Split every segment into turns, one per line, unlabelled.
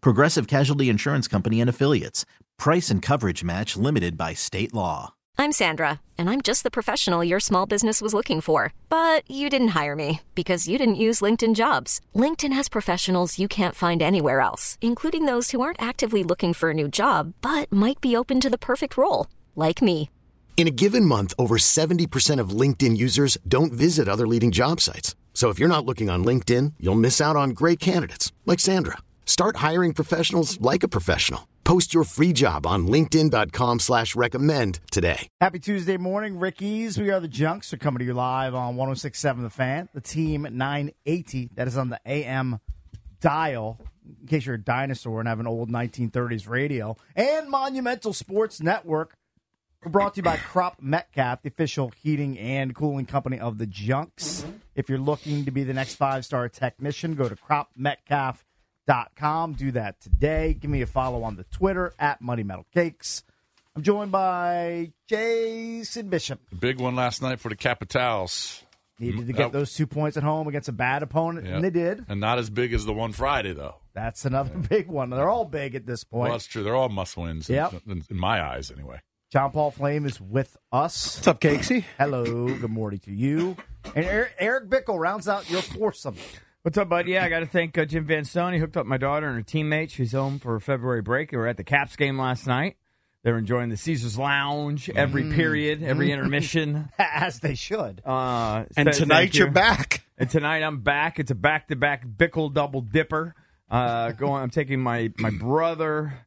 Progressive Casualty Insurance Company and Affiliates. Price and coverage match limited by state law.
I'm Sandra, and I'm just the professional your small business was looking for. But you didn't hire me because you didn't use LinkedIn jobs. LinkedIn has professionals you can't find anywhere else, including those who aren't actively looking for a new job but might be open to the perfect role, like me.
In a given month, over 70% of LinkedIn users don't visit other leading job sites. So if you're not looking on LinkedIn, you'll miss out on great candidates like Sandra. Start hiring professionals like a professional. Post your free job on LinkedIn.com slash recommend today.
Happy Tuesday morning, Rickies. We are the Junks. We're coming to you live on 1067 The Fan, the team 980. That is on the AM dial, in case you're a dinosaur and have an old 1930s radio. And Monumental Sports Network. We're brought to you by Crop Metcalf, the official heating and cooling company of the Junks. If you're looking to be the next five star technician, go to cropmetcalf.com. Do that today. Give me a follow on the Twitter at Money Metal Cakes. I'm joined by Jason Bishop.
Big one last night for the Capitals.
Needed to get
Uh,
those two points at home against a bad opponent,
Yeah.
and they did.
And not as big as the one Friday, though.
That's another big one. They're all big at this
Well,
point.
that's true. They're all must wins, in-
Yep.
in, in my eyes, anyway.
John Paul Flame is with us.
What's up, Cakesy?
Hello, good morning to you. And Eric, Eric Bickle rounds out your foursome.
What's up, bud? Yeah, I got to thank uh, Jim Vanstone. He hooked up my daughter and her teammates. She's home for her February break. They were at the Caps game last night. They're enjoying the Caesars Lounge every
Mm.
period, every intermission.
As they should.
Uh,
And
so-
tonight
thank you.
you're back.
And tonight I'm back. It's a back-to-back Bickle double dipper. Uh, going, I'm taking my my brother,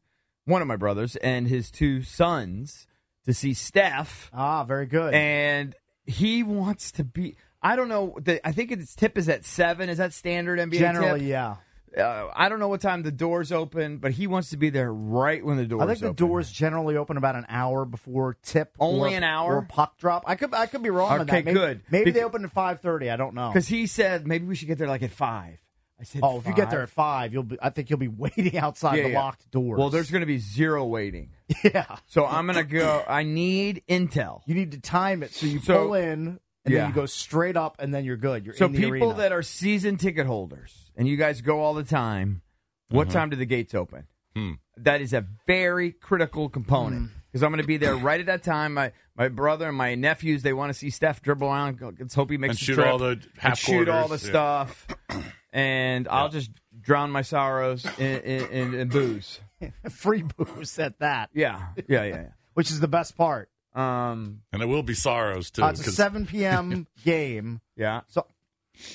one of my brothers, and his two sons to see Steph.
Ah, very good.
and he wants to be. I don't know. The, I think its tip is at seven. Is that standard NBA?
Generally,
tip?
yeah.
Uh, I don't know what time the doors open, but he wants to be there right when the doors.
I think the
open.
doors generally open about an hour before tip.
Only
or-
an hour?
or puck drop. I could I could be wrong on
Okay,
that. Maybe,
good.
Maybe
Bec-
they open at five thirty. I don't know.
Because he said maybe we should get there like at five. I said,
Oh, if you get there at
five.
five, you'll be. I think you'll be waiting outside
Yeah,
the
yeah.
locked doors.
well, there's going to be zero waiting.
yeah.
So I'm going to go. I need intel.
You need to time it so you
So-
pull in and
Yeah.
then you go straight up and then you're good. You're
So
in the
people
arena.
that are season ticket holders, and you guys go all the time. What time do the gates open? That is a very critical component because I'm going to be there right at that time. My my brother and my nephews they want to see Steph dribble around. Go- Let's hope he makes
And
the
shoot
trip.
all the
And
half
shoot all the
quarters, yeah.
stuff, and I'll just drown my sorrows in, in, in, in booze.
free booze at that,
Yeah, yeah, yeah.
which is the best part.
yeah. Um,
And it will be sorrows, too.
Uh, it's a
'cause
7 p.m. game.
yeah.
So,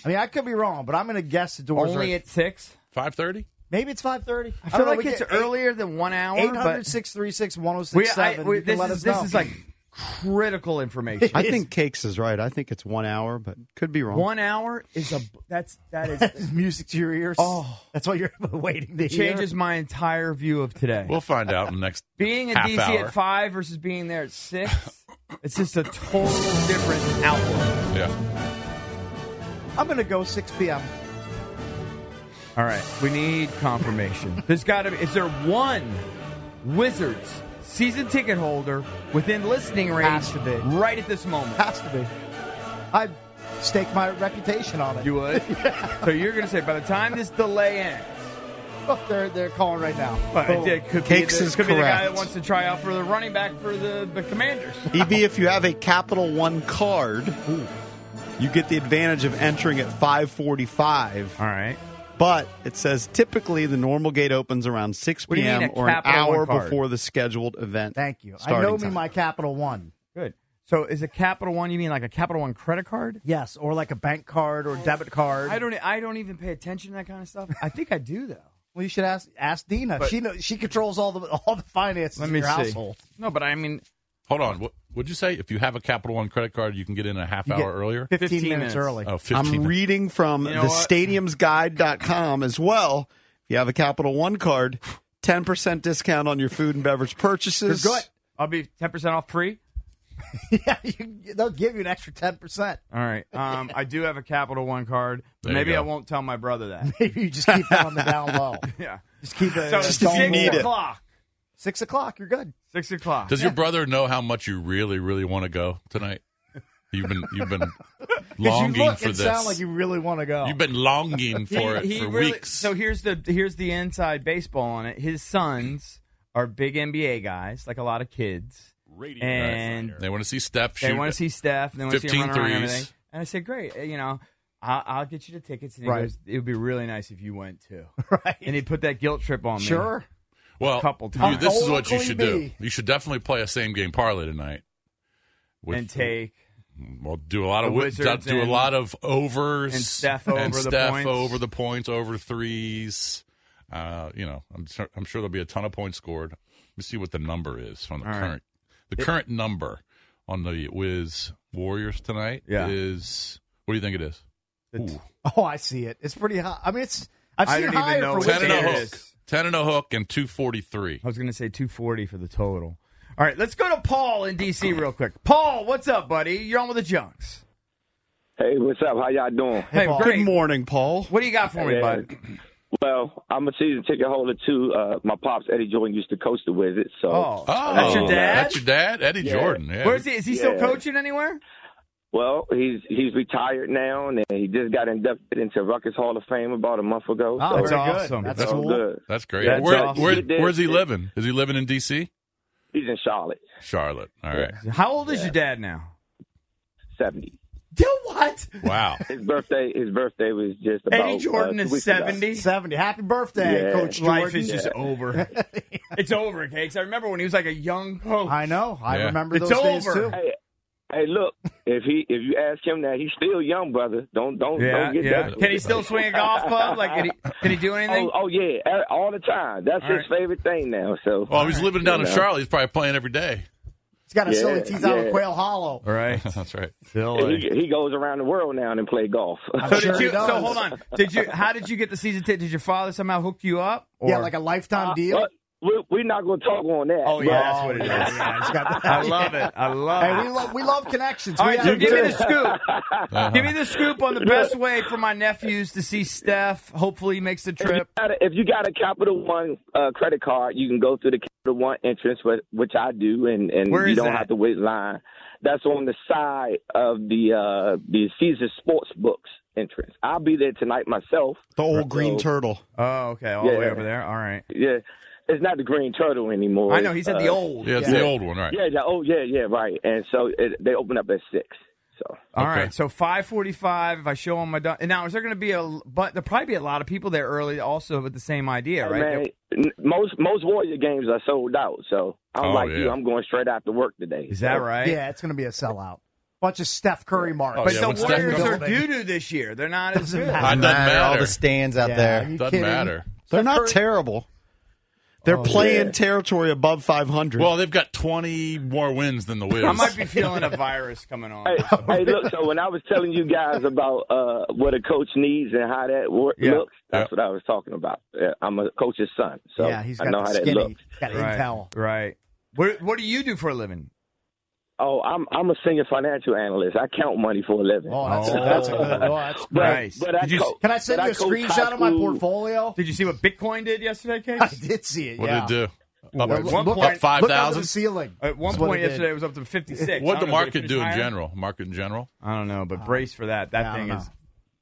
I mean, I could be wrong, but I'm going to guess the doors
Only
are.
at six.
5.30?
maybe it's 5:30.
I feel like it's earlier than one hour. but-
800-636-1067.
We- I- we-
You can
this
let
is-
us
this
know.
is like critical information.
I think Cakes is right. I think it's one hour, but could be wrong.
One hour is a that's that is
music to your ears.
Oh.
that's what you're waiting to hear.
changes my entire view of today.
We'll find out in the next
being in
half
DC
hour.
at five versus being there at six, it's just a total different outlook.
Yeah.
I'm going to go 6 p.m.
All right, we need confirmation. There's got to be. Is there one Wizards season ticket holder within listening range
Has to be.
right at this moment?
Has to be. I stake my reputation on it.
You would. So you're going to say by the time this delay ends.
Look, they're they're calling right now.
Well, it,
Boom.
it could, be
Cakes
the,
is
could be the guy that
correct.
wants to try out for the running back for the, the Commanders.
EB, E if you have a Capital One card, you get the advantage of entering at 545.
All right.
But it says typically the normal gate opens around 6
What do you mean,
p.m.
a
or an
Capital One
hour
card?
before the scheduled event.
Thank you. I
starting
know me
time.
my Capital One.
Good. So is a Capital One? You mean like a Capital One credit card?
Yes, or like a bank card or debit card.
I don't. e, I don't even pay attention to that kind of stuff. I think I do though.
Well, you should ask ask Dina. she knows, she controls all the all the finances
Let
in
me
your
see.
household.
No, but I mean,
Hold on. What would you say? If you have a Capital One credit card, you can get in a half
You get
hour earlier?
15,
15
minutes,
minutes.
early.
Oh, 15
I'm
minutes.
reading from
You know
the
what?
stadiumsguide.com as well. If you have a Capital One card, 10% discount on your food and beverage purchases.
You're good.
I'll be ten percent off free.
yeah, you, they'll give you an extra ten percent.
All right. Um, I do have a Capital One card.
There you
Maybe
go.
I won't tell my brother that.
Maybe you just keep that on the down low.
yeah.
Just keep it.
So
it's
if
six
you
on the
need
low.
it.
o'clock.
Six o'clock, you're good.
Six o'clock.
Does your brother know how much you really, really want to go tonight? You've been you've been
Because
longing
you look
for
and
this.
sound like you really want to go.
have been longing
He-
for
he
it for
really-
weeks.
So here's the here's the inside baseball on it. His sons are big NBA guys, like a lot of kids. and
they want to see Steph shoot.
they want to see Steph, and they want to see him run
15
around and
threes.
everything. And I said, great, uh, you know, I'll, I'll get you the tickets. And he
Right.
goes, it would be really nice if you went too.
right.
And he put that guilt trip on me.
sure.
well,
couple
you-
times.
this
How
is what you
old
should
will
do.
he be?
You should definitely play a same game parlay tonight. With,
And take.
well, do a lot
the
of wi- do,
Wizards
do a
and-
lot of overs
and Steph
and
over the
Steph
points.
over the points, over threes. Uh, you know, I'm sure, I'm sure there'll be a ton of points scored. Let me see what the number is from the
All right.
current the current number on the Wiz Warriors tonight
Yeah.
is what do you think it is?
The-
Ooh.
Oh, I see it. It's pretty high. I mean, it's. I've
I
seen
don't even
higher
know
for
what
Ten
it
and a
There
Wiz-
it
hook.
is.
Ten and a hook and two forty three.
I was going to say 240 for the total. All right, let's go to Paul in D.C. real quick. Paul, what's up, buddy? You're on with the Junks.
Hey, what's up? How y'all doing?
Hey,
Paul.
great.
Good morning, Paul.
What do you got for me,
Yeah.
bud?
Well, I'm a season ticket holder too. Uh, my pops Eddie Jordan used to coach the Wizards, so
Oh,
Oh,
that's your dad.
That's your dad, Eddie Jordan. Yeah.
Where's he? Is he still
Yeah.
coaching anywhere?
well, he's he's retired now, and he just got inducted into Ruckus Hall of Fame about a month ago.
Oh,
so
That's
very good.
awesome.
That's,
so
cool.
good.
That's great.
That's
where,
awesome.
where-
He did-
where's he living? Is he living in D.C.?
He's in Charlotte,
Charlotte. All right.
How old is your dad now?
seventy.
Do what?
Wow.
His birthday his birthday was just about
Eddie Jordan
uh, two
is
weeks ago.
70.
Seventy. Happy birthday,
Yeah.
Coach Jordan.
Life is just over. it's over, Cakes. I remember when he was like a young coach.
I know. I
Yeah.
remember
It's
those days
over.
too.
Hey, hey, look, if he if you ask him that, he's still young, brother. Don't don't
Yeah,
don't get
yeah.
that.
Can he still swing a golf club? Like, can he, can he do anything?
Oh, oh yeah, a- all the time. That's
All
his
right.
favorite thing now. So
Well, if he's living down in
Yeah.
Charlotte. He's probably playing every day.
He's got a
Yeah,
silly teeth out of
yeah.
Quail Hollow.
All right.
That's right.
he, he goes around the world now and play golf.
So
Sure
did
he
you?
does.
So hold on. Did you? How did you get the season ticket? Did your father somehow hook you up? Or?
Yeah, like a lifetime deal.
But we, we're not going to talk on that.
Uh, Oh yeah, that's what it is.
yeah, yeah, he's got that.
I love it. I love
Hey, we
it.
love we love connections.
All
We have
right, so
them
give me
too.
the
Uh-huh.
scoop. give me the scoop on the best way for my nephews to see Steph. Hopefully, he makes the
If you,
trip.
got a, if you got a Capital One uh, credit card, you can go through the Capital One entrance, whi- which I do, and, and
Where
you
is
don't
that?
have to wait line. That's on the side of the uh, the Caesar Sports Books entrance. I'll be there tonight myself.
The old green
So-
turtle.
Oh, okay, all the way
Yeah.
over there. All right.
Yeah, it's not the Green Turtle anymore.
I know he said the
Uh,
old.
Yeah, it's the old one, right?
Yeah, yeah, oh yeah, yeah, right. And so it, they open up at six. So
All
Okay.
right, so five forty-five. If I show them my done, and now is there going to be a? But there'll probably be a lot of people there early, also with the same idea, right?
Man, n- most most Warrior games are sold out, so I'm
Oh,
like
yeah.
you. I'm going straight after work today.
Is that
So,
right?
Yeah, it's going to be a sellout. Bunch of Steph Curry marks.
Oh,
But
yeah,
the
what's that
Warriors
number?
are doo doo this year. They're not as
Doesn't
good.
matter.
I doesn't matter.
All the stands out
Yeah,
there.
are you
Doesn't
kidding?
matter.
They're not terrible.
Oh,
They're playing territory above 500.
Well, they've got 20 more wins than the Wiz.
I might be feeling a virus coming on.
Hey,
Oh,
hey, look. So when I was telling you guys about uh, what a coach needs and how that wor-
Yeah.
looks, that's
Yeah.
what I was talking about. Yeah, I'm a coach's son, so
yeah, he's
I
got
know
the
how that
skinny.
looks.
He's got
right.
intel.
Right. What What do you do for a living?
Oh, I'm I'm a senior financial analyst. I count money for a living.
Oh, that's,
Oh.
that's a good. Oh, that's
But-
nice.
but I
Did you-
coach-
Can I send
but
you a
coach high
screenshot of my
school-
portfolio?
Did you see what Bitcoin did yesterday,
I
Case?
did see it.
What
yeah.
did it do? Up,
Well, one
up
point- Uh,
Look out to
5,000?
the ceiling.
At one
That's what
point
it did.
yesterday, it was up to fifty six.
What'd the market do in general? Market in general?
I don't know, but brace for that. That
Yeah, Uh, I
thing
don't
is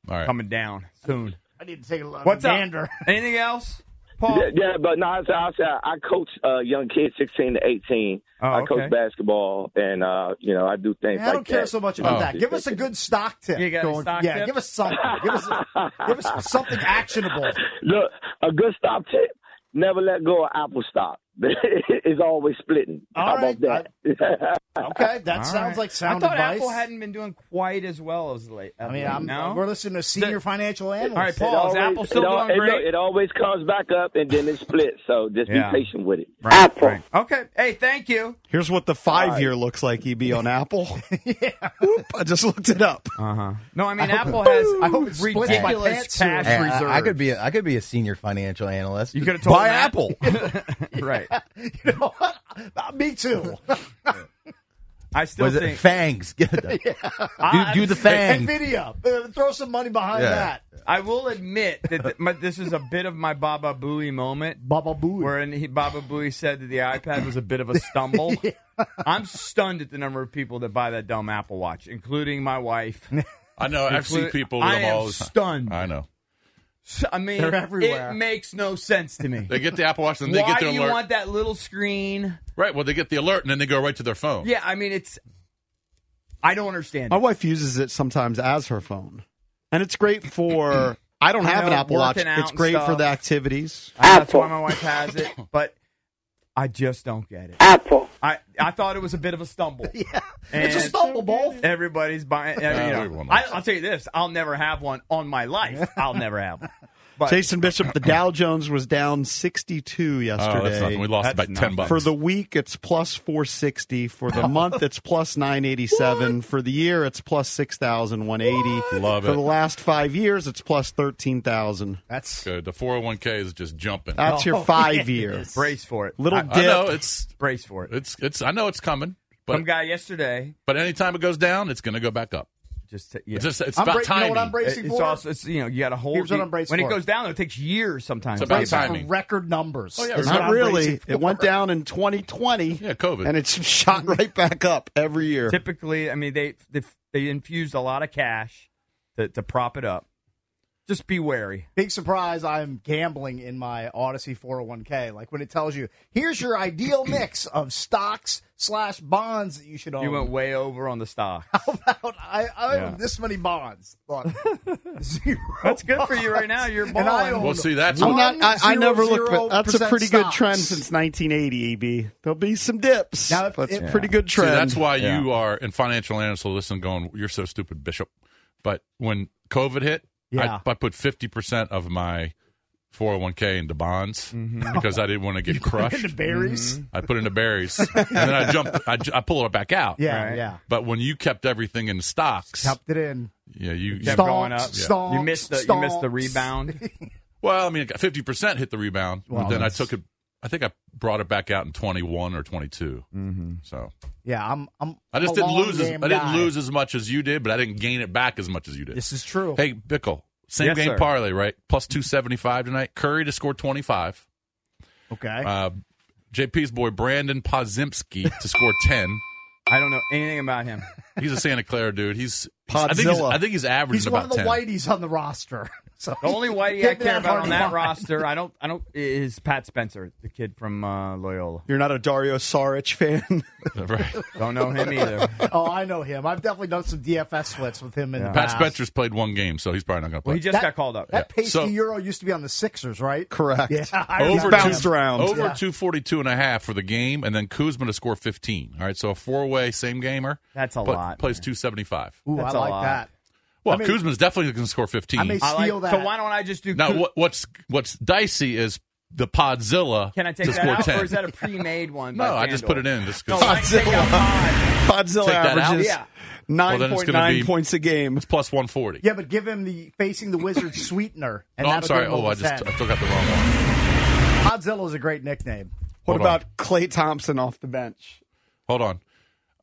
know.
All right.
coming down soon.
I need to take a look.
What's up?
gander.
Anything else? Paul.
Yeah, yeah, but no, I, I, I coach uh, young kids, sixteen to eighteen.
Oh,
I
okay.
coach basketball, and uh, you know I do things.
I don't
like
care
that.
so much about
Oh.
that. Give us a good stock tip.
You got a stock
yeah,
tip?
give us something. Give us, give us something actionable.
Look, a good stop tip: never let go of apple stock. it's always splitting.
All
How
right,
about that?
Okay, that
All
sounds
right.
like sound
I thought
advice.
Apple hadn't been doing quite as well as late.
I mean, I'm,
no?
we're listening to senior financial analysts.
All right,
It
Paul, is Apple still
it al-
doing
it,
great?
It always comes back up and then it splits. So just
Yeah.
be patient with it.
Apple. Okay. Hey, thank you.
Here's what the five year looks like, EB, on Apple. Whoop, I just looked it up.
Uh huh. No, I mean Apple has
I hope it splits my
ridiculous
pants soon.
cash
Hey,
reserves.
I, I could be a, I could be a senior financial analyst.
You could have told
buy
him that.
Apple.
right.
You know what? Uh, Me too.
I still
Was it
think
fangs? Get the, do, do the fang.
Nvidia, uh, throw some money behind
Yeah.
that.
I will admit that th- my, this is a bit of my Baba Booey moment.
Baba boo.
Wherein he, Baba Booey said that the iPad was a bit of a stumble. I'm stunned at the number of people that buy that dumb Apple Watch, including my wife.
I know. I've seen
Including-
people with
I
them
am
all. the time.
stunned.
I know.
I mean,
They're everywhere.
it makes no sense to me.
They get the Apple Watch and they
Why
get
do
their
you
alert.
want that little screen?
Right. Well, they get the alert and then they go right to their phone.
Yeah, I mean, it's. I don't understand.
My
Oh,
it.
wife uses it sometimes as her phone, and it's great for. I don't
I
have an
know,
Apple Watch.
working out
It's
and
great for
stuff.
the activities.
That's why my wife has it, but I just don't get it. Apple. I, I thought it was a bit of a stumble. yeah,
It's a stumble ball.
Everybody's buying. you
Yeah,
know.
everyone
I,
likes
I'll tell you this: I'll never have one on my life. I'll never have one. But
Jason Bishop, the Dow Jones was down 62 yesterday.
Oh, that's nothing. We lost about ten bucks.
For the week, it's plus 460. For the month, it's plus 987. For the year, it's plus 6,180.
Love
For
it.
the last five years, it's plus 13,000.
That's
Good. The 401k is just jumping.
That's your
Oh,
five year.
brace for it.
Little
I,
dip.
I know it's
Brace for it.
it's it's. I know it's coming. But
Some guy yesterday
but anytime it goes down, it's going to go back up.
just yeah.
It's just it's
I'm bra-
about
you know
timing.
what I'm bracing
it's
for?
also it's you know you got to hold
Here's what
the-
I'm bracing
when it
for.
goes down. It takes years sometimes.
It's
to
about
get back.
timing.
for record numbers.
Oh, yeah,
That's
remember-
what
Not
I'm bracing
really.
for.
It went down in 2020.
Yeah, COVID.
And it's shot right back up every year.
Typically, I mean they they, they infused a lot of cash to, to prop it up. Just be wary.
Big surprise, I'm gambling in my Odyssey 401k. Like when it tells you, here's your ideal mix of stocks slash bonds that you should own.
You went way over on the stock.
About- I, I own
Yeah.
this many bonds. Look, zero
That's good for you right now. You're
And I
balling.
own
Well, see, that's-
I'm
one
not. I, I
zero
never
zero
looked, but that's a
percent
pretty good
stocks.
trend since 1980. Eb, there'll be some dips.
Now, if-
that's a
if-
pretty good
See,
trend.
that's why
Yeah.
you are in financial analysts will listen going, You're so stupid, Bishop. But when COVID hit,
Yeah.
I, I put fifty percent of my 401k into bonds
Mm-hmm.
because I didn't want to get
into
crushed. Mm-hmm.
berries.
I put into berries, and then I jumped. I, ju- I pull it back out.
Yeah,
Right.
yeah.
But when you kept everything in stocks,
Tapped it in.
yeah, you, you
kept
Stonks,
going up.
stonks,
you missed the you missed the
stonks.
rebound.
Well, I mean, fifty percent hit the rebound,
Wow.
but then I took it. I think I brought it back out in twenty one or twenty So
Yeah, I'm. I'm
I
Mm-hmm.
just
a
didn't
long
lose. As, I
game
didn't
guy.
lose as much as you did, but I didn't gain it back as much as you did.
This is true.
Hey, Bickle, same
Yes,
game
sir.
parlay, right? Plus two seventy five tonight. Curry to score twenty five.
okay.
Uh, JP's boy Brandon Pozimski to score ten.
I don't know anything about him.
He's a Santa Clara dude. He's, he's- I think he's
Podzilla.
I think he's averaging
He's one
about
of the
10.
whiteys on the roster. So
The only whitey
Give
I
me
care about on
hard
that
line.
roster, I don't, I don't, is Pat Spencer, the kid from uh, Loyola.
You're not a Dario Saric fan.
right.
Don't know him either.
Oh, I know him. I've definitely done some DFS splits with him in the
Pat
past.
Spencer's played one game, so he's probably not going to play.
Well, he just got called up.
That pasty
So-
Euro used to be on the Sixers, right?
Correct.
Yeah, I
over
remember
bounced
him.
around.
Over
Yeah.
242 and a half for the game, and then Kuzma to score 15. All right, so a four-way same gamer.
That's a
but
lot,
Plays
man.
275.
Ooh,
That's
I
a
like
lot.
that.
Well,
I mean-
Kuzma's definitely going to score 15.
I mean-
I like,
Steal that.
So why don't I just do?
now,
Ku-
what, what's what's dicey is the Podzilla.
can I take
to
that
score
out,
10.
or is that a pre-made one?
no,
by
I just
FanDuel?
put it in. Just
No,
'cause-
I take out mine.
Podzilla
Take that out?
averages
Yeah.
Well,
nine
then it's
point
gonna
nine
be-
points a game.
it's plus 140.
Yeah, but give him the facing the wizard sweetener. And
oh, I'm
that'll
sorry.
get him
Oh,
over
I just
10.
I took out the wrong one.
Podzilla is a great nickname.
What
Hold on.
about Clay Thompson off the bench?
Hold on.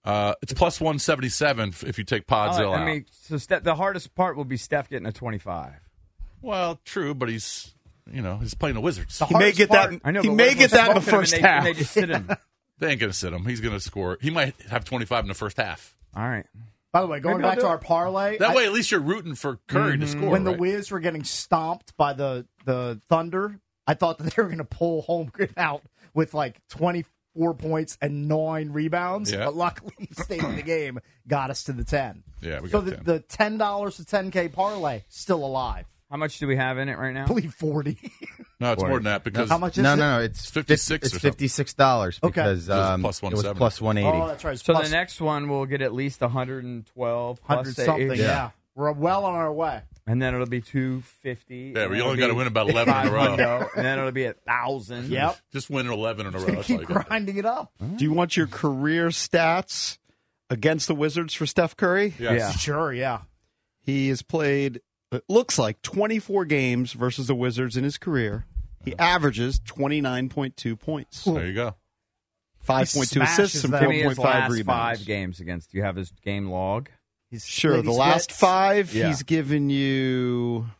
Uh, it's plus 177 f- if you take
Oh, I like-
Podzilla
I mean,
out.
so Steph, the hardest part will be Steph getting a twenty-five.
Well, true, but he's you know he's playing the Wizards.
He may
Hardest
get
part-
that.
I know
he
but
may
what if
get
we're
that in the
smoking 'em
first
and they,
half.
And they just sit him.
They ain't going to sit him. He's going to score. He might have 25 in the first half.
All right.
By the way, going
Maybe I'll
back to
do
our parlay,
That
I-
way, at least you're rooting for Curry to score.
when the
right?
Wiz were getting stomped by the the Thunder, I thought that they were going to pull Holmgren out with like 24 points and nine rebounds,
Yeah.
but luckily he stayed in the game, got us to the 10.
Yeah, we
so
got
the,
10.
the $10 to 10K parlay still alive.
How much do we have in it right now?
I believe 40.
No, it's more than that because
How much is
no,
it?
no, no. It's fifty
56
six. It's
or something.
fifty six dollars
Okay.
because
It was
um,
plus
it was
170.
plus one eighty.
Oh, that's right. It's
So
plus
the next one will get at least 112 plus
100 something.
eight.
Yeah. We're well on our way.
And then it'll be 250.
Yeah,
and
we
it'll
only gotta
be
win about 11 in a row.
500, And then it'll be a 1,000.
Yep.
just win 11 in a row. Mm-hmm. That's all
Keep
you got.
grinding it up.
Do you want your career stats against the Wizards for Steph Curry?
Yeah.
Sure, yeah.
He has played, it looks like, 24 games versus the Wizards in his career. He averages 29.2 points,
There you go.
5.2
smashes
assists, and
that.
Give me his
4.5
last
rebounds.
five games against. Do you have his game log?
He's
Sure,
split-
the
he
last
splits.
five,
Yeah.
he's given you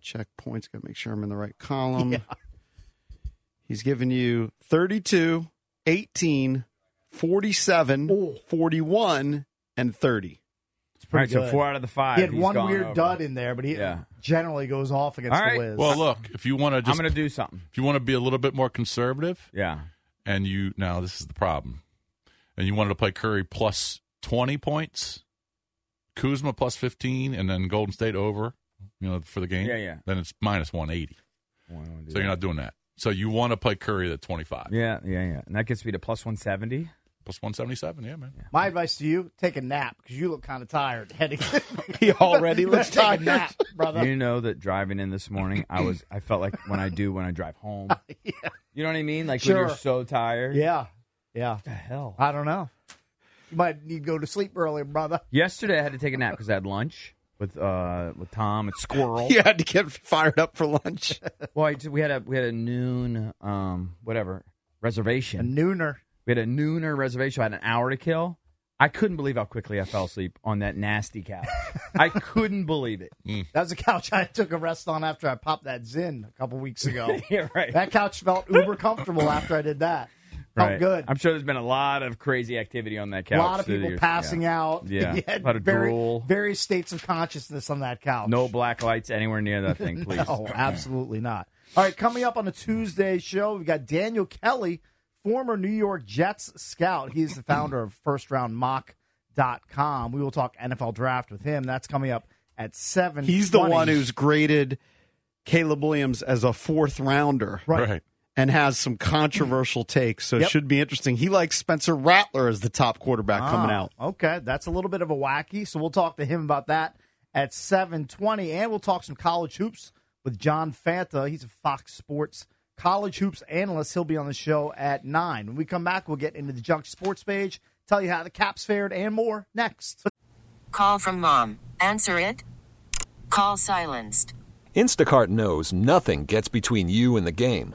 check points. Got to make sure I'm in the right column. He's given you 32, 18, 47,
Ooh.
41, and 30.
It's pretty
All right,
good.
so four out of the five.
He had
he's
one
gone
weird
over.
dud in there, but he
Yeah.
generally goes off against
All right.
the Wiz.
Well, look, if you want to
I'm
just
going to do something.
if you want to be a little bit more conservative,
Yeah.
and you now this is the problem, and you wanted to play Curry plus twenty points, Kuzma plus fifteen, and then Golden State over, you know, for the game.
Yeah, yeah.
Then it's minus one eighty.
Well, I don't wanna do
So you're
that.
not doing that. So you want to play Curry at twenty five
Yeah, yeah, yeah. And that gets me to plus 170.
plus one seventy seven. Yeah, man.
My advice to you: take a nap because you look kind of tired heading.
He already
You
looks
better
tired.
take a nap, brother.
You know that driving in this morning, I was I felt like when I do when I drive home. You know what I mean? Like when
Sure.
you're so tired.
yeah, yeah.
the hell?
I don't know. You might need to go to sleep early, brother.
Yesterday I had to take a nap because I had lunch with uh with Tom and Squirrel.
You had to get fired up for lunch.
Well, I did- we had a we had a noon um whatever
A
reservation.
nooner.
We had a nooner reservation. I had an hour to kill. I couldn't believe how quickly I fell asleep on that nasty couch. I couldn't believe it.
That was a couch I took a rest on after I popped that Zin a couple weeks ago.
Yeah, right.
That couch felt uber comfortable after I did that. Felt
Right.
good.
I'm sure there's been a lot of crazy activity on that
a
couch.
lot of
through the
people
years.
passing
Yeah.
out.
Yeah.
You had
A lot of
very,
drool.
various states of consciousness on that couch.
No black lights anywhere near that thing, please.
No, absolutely not. All right, coming up on the Tuesday show, we've got Daniel Kelly, former New York Jets scout. He's the founder of firstroundmock.com. We will talk NFL draft with him. That's coming up at 7.
He's the one who's graded Caleb Williams as a fourth rounder.
Right.
and has some controversial takes, so it
Yep.
should be interesting. He likes Spencer Rattler as the top quarterback coming
Ah,
out.
Okay, that's a little bit of a wacky, so we'll talk to him about that at 7:20 and we'll talk some college hoops with John Fanta. He's a Fox Sports college hoops analyst. He'll be on the show at 9. When we come back, we'll get into the Junk Sports page, tell you how the Caps fared and more next.
Call from mom. Answer it. Call silenced.
Instacart knows nothing gets between you and the game.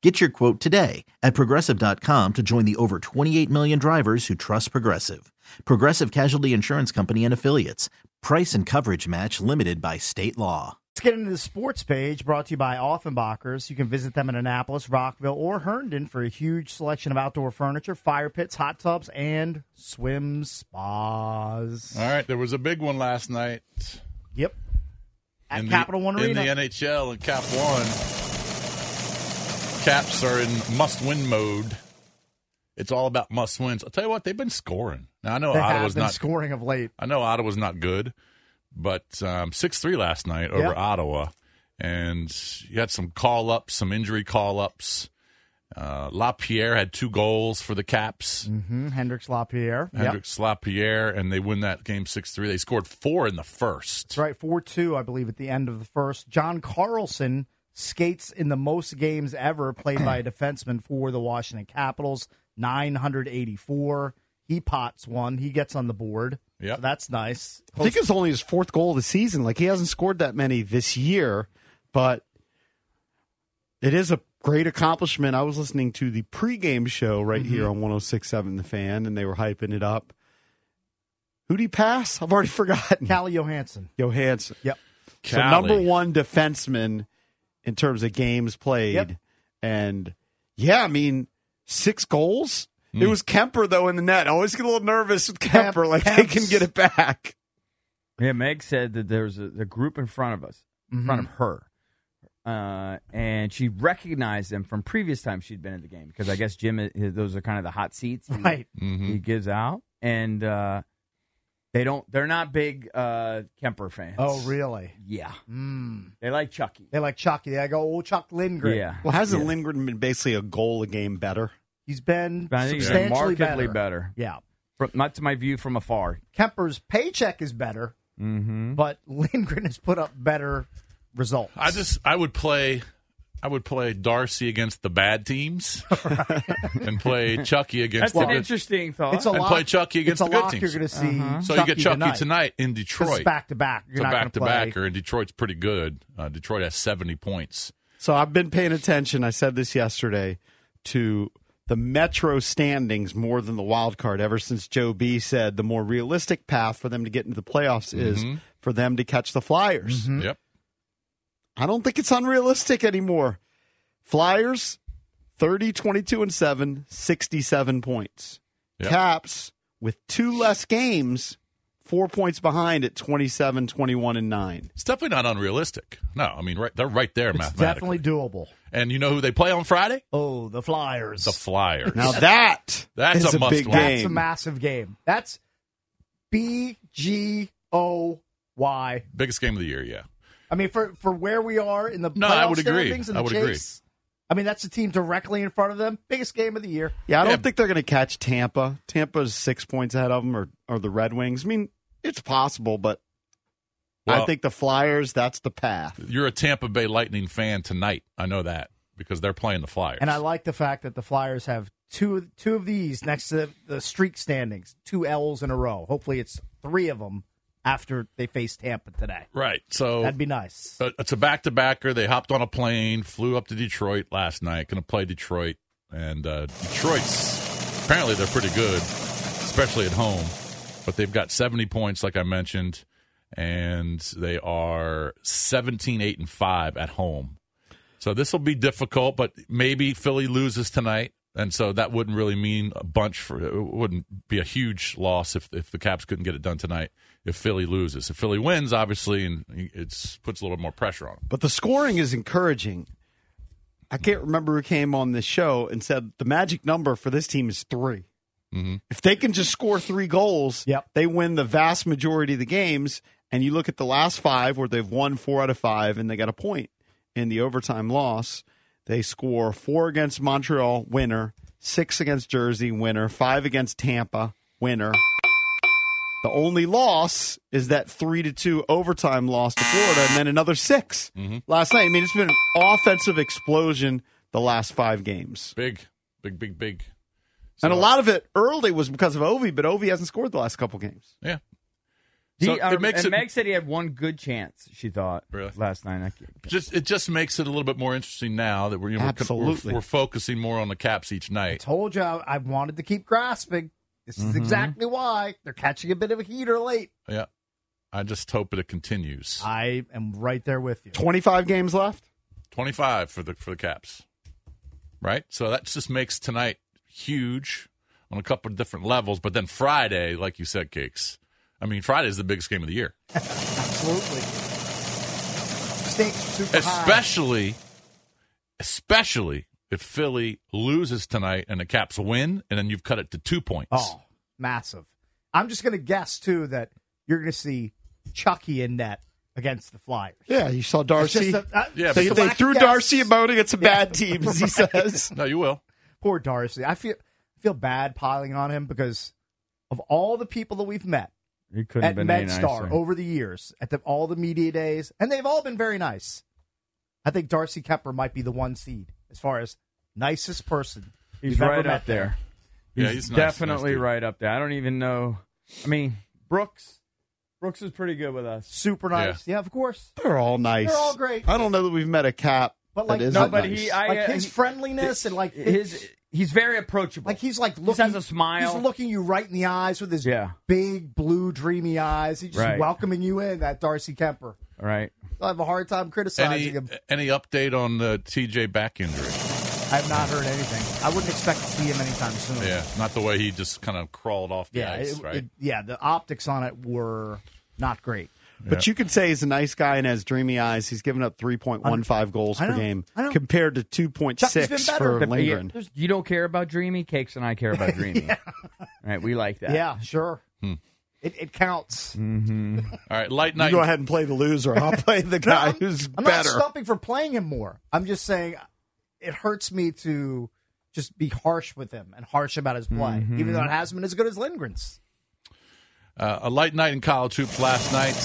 Get your quote today at progressive.com to join the over 28 million drivers who trust Progressive. Progressive Casualty Insurance Company and Affiliates. Price and coverage match limited by state law.
Let's get into the sports page brought to you by Offenbachers. You can visit them in Annapolis, Rockville, or Herndon for a huge selection of outdoor furniture, fire pits, hot tubs, and swim spas.
All right, there was a big one last night
Yep. At
in
Capital
the,
One Arena.
in the NHL and Cap One. Caps are in must-win mode. It's all about must-wins. I'll tell you what, they've been scoring. Now I know
they have
Ottawa's
been
not
scoring of late.
I know Ottawa's not good, but um, six three last night over
Yeah.
Ottawa, and you had some call ups, some injury call ups. Uh, Lapierre had two goals for the Caps.
hmm Hendricks Lapierre. Yep.
Hendricks Lapierre, and they win that game six three. They scored four in the first.
That's right, four two, I believe, at the end of the first. John Carlson skates in the most games ever played by a defenseman for the Washington Capitals, nine hundred eighty four. He pots one. He gets on the board.
Yeah,
so that's nice.
I think it's only his fourth goal of the season. Like he hasn't scored that many this year, but it is a great accomplishment. I was listening to the pregame show right here on 1067 The Fan, and they were hyping it up. Who'd he pass? I've already forgotten.
Callie Johansson.
Johansson.
Yep.
So
Callie.
number one defenseman in terms of games played.
Yep.
And yeah, I mean, six goals. It was Kemper though in the net. I always get a little nervous with Kemper, like they can get it back.
Yeah, Meg said that there was a, the group in front of us,
Mm-hmm.
in front of her, uh, and she recognized them from previous times she'd been in the game because I guess Jim, is- his, those are kind of the hot seats, he-
Right.
He gives out, and uh, they don't. They're not big uh, Kemper fans.
Oh, really?
Yeah,
Mm.
they like Chucky.
They like Chucky. They go, oh, Chuck Lindgren.
Yeah,
Well, hasn't
yeah.
Lindgren been basically a goal a game better?
He's been
I think he's
substantially
markedly
better.
better.
Yeah.
From, not to my view from afar.
Kemper's paycheck is better,
Mm-hmm.
but Lindgren has put up better results.
I just I would play I would play Darcy against the bad teams, and play Chucky
That's
against
an
the good.
interesting thought.
it's a
and
lock,
play Chucky against
it's a
the good
lock
teams. Uh-huh.
You're going to see
So you get Chucky tonight, in Detroit.
back to back. You're
so
not
back to
gonna play.
backer, and Detroit's pretty good. Uh, Detroit has seventy points.
So I've been paying attention. I said this yesterday to the Metro standings more than the wild card ever since Joe B said the more realistic path for them to get into the playoffs is for them to catch the Flyers.
Mm-hmm.
Yep.
I don't think it's unrealistic anymore. Flyers 30 22 and 7, 67 points.
Yep.
Caps with two less games, 4 points behind at 27 21 and 9.
It's definitely not unrealistic. No, I mean right, they're right there
It's definitely
mathematically.
doable.
and you know who they play on Friday?
Oh, the Flyers.
The Flyers.
Now that
That's
is
a
a, big
must-win.
That's a
game.
massive game. That's B G O Y.
Biggest game of the year, yeah.
I mean, for for where we are in the
No,
playoff
I would agree.
standings and
I
the
would agree.
chase, I mean, that's the team directly in front of them. Biggest game of the year.
Yeah, I don't
Yeah.
think they're going to catch Tampa. Tampa's six points ahead of them, or, or the Red Wings. I mean, it's possible, but I
Well-
think the Flyers, that's the path.
You're a Tampa Bay Lightning fan tonight. I know that because they're playing the Flyers.
And I like the fact that the Flyers have two two of these next to the streak standings, two L's in a row. Hopefully, it's three of them after they face Tampa today.
right.
Oh.
So
That'd be nice.
Uh, it's a back to backer. They hopped on a plane, flew up to Detroit last night, going to play Detroit. And uh, Detroit's apparently they're pretty good, especially at home. But they've got 70 points, like I mentioned, and they are 17, 8, and 5 at home. So this will be difficult, but maybe Philly loses tonight. And so that wouldn't really mean a bunch for it wouldn't be a huge loss if if the Caps couldn't get it done tonight. If Philly loses, if Philly wins, obviously, and it puts a little more pressure on them.
But the scoring is encouraging. I can't remember who came on this show and said the magic number for this team is 3 If they can just score three goals,
Yep.
they win the vast majority of the games. And you look at the last five where they've won four out of five and they got a point in the overtime loss. They score four against Montreal, winner, six against Jersey, winner, five against Tampa, winner. The only loss is that three to two overtime loss to Florida, and then another 6 last night. I mean, it's been an offensive explosion the last five games,
Big, big, big, big.
and a lot of it early was because of Ovi, but Ovi hasn't scored the last couple games.
Yeah.
He,
So
uh,
it makes
and
it
Meg said he had one good chance. She thought
Really?
last night. I can't-
just it just makes it a little bit more interesting now that we're you know, we're-
Absolutely.
We're, we're focusing more on the Caps each
I
night.
told you I, I wanted to keep grasping. This is
Mm-hmm.
exactly why they're catching a bit of a heater late.
Yeah, I just hope that it continues.
I am right there with you.
Twenty-five games left.
25 for the for the caps right so that just makes tonight huge on a couple of different levels but then friday like you said cakes i mean friday is the biggest game of the year
Absolutely. Stakes are super high.
especially especially if Philly loses tonight and the Caps win, and then you've cut it to two points.
Oh, massive. I'm just going to guess, too, that you're going to see Chucky in net against the Flyers.
Yeah, you saw Darcy.
It's just a- uh,
Yeah,
they
just a
they
whack
threw
guess.
Darcy a bone against some
Yeah,
bad teams, he
right.
says.
No, you will.
Poor Darcy. I feel feel bad piling on him because of all the people that we've met
It couldn't
at MedStar
eh?
over the years, at the, all the media days, and they've all been very nice. I think Darcy Kepper might be the one seed as far as nicest person.
He's
we've ever
right
met
up there.
Yeah,
he's,
he's nice, nice
definitely
dude.
right up there. I don't even know. I mean, Brooks. Brooks is pretty good with us.
Super nice. Yeah, of course.
They're all nice.
They're all great.
I don't know that we've met a cap.
But, like,
that isn't
No, but he.
nice.
I,
like
uh,
his
he-
friendliness and like
his. He's very approachable.
Like he's like
He
looking.
has a smile.
He's looking you right in the eyes with his
Yeah.
big blue dreamy eyes. He's just
Right.
welcoming you in. That Darcy Kemper.
right.
I have a hard time criticizing
Any
him.
any update on the TJ back injury?
I've not heard anything. I wouldn't expect to see him anytime soon.
Yeah, not the way he just kind of crawled off the
yeah,
ice,
it-
right?
it- yeah. The optics on it were not great.
But you could say he's a nice guy and has dreamy eyes. He's given up 3.15 goals
I
per
know,
game
I know.
compared to
Chucky's been
2.6
better.
for
But yeah,
Lindgren.
there's- you don't care about Dreamy. Cakes and I care about Dreamy. All right, we like that.
Yeah, sure.
Hmm.
It, it counts.
All right, light
You
night.
go ahead and play the loser. I'll play the guy who's
I'm not
better.
stumping for playing him more. I'm just saying it hurts me to just be harsh with him and harsh about his play,
Mm-hmm.
even though it hasn't been as good as Lindgren's.
Uh, a light night in college hoops last night.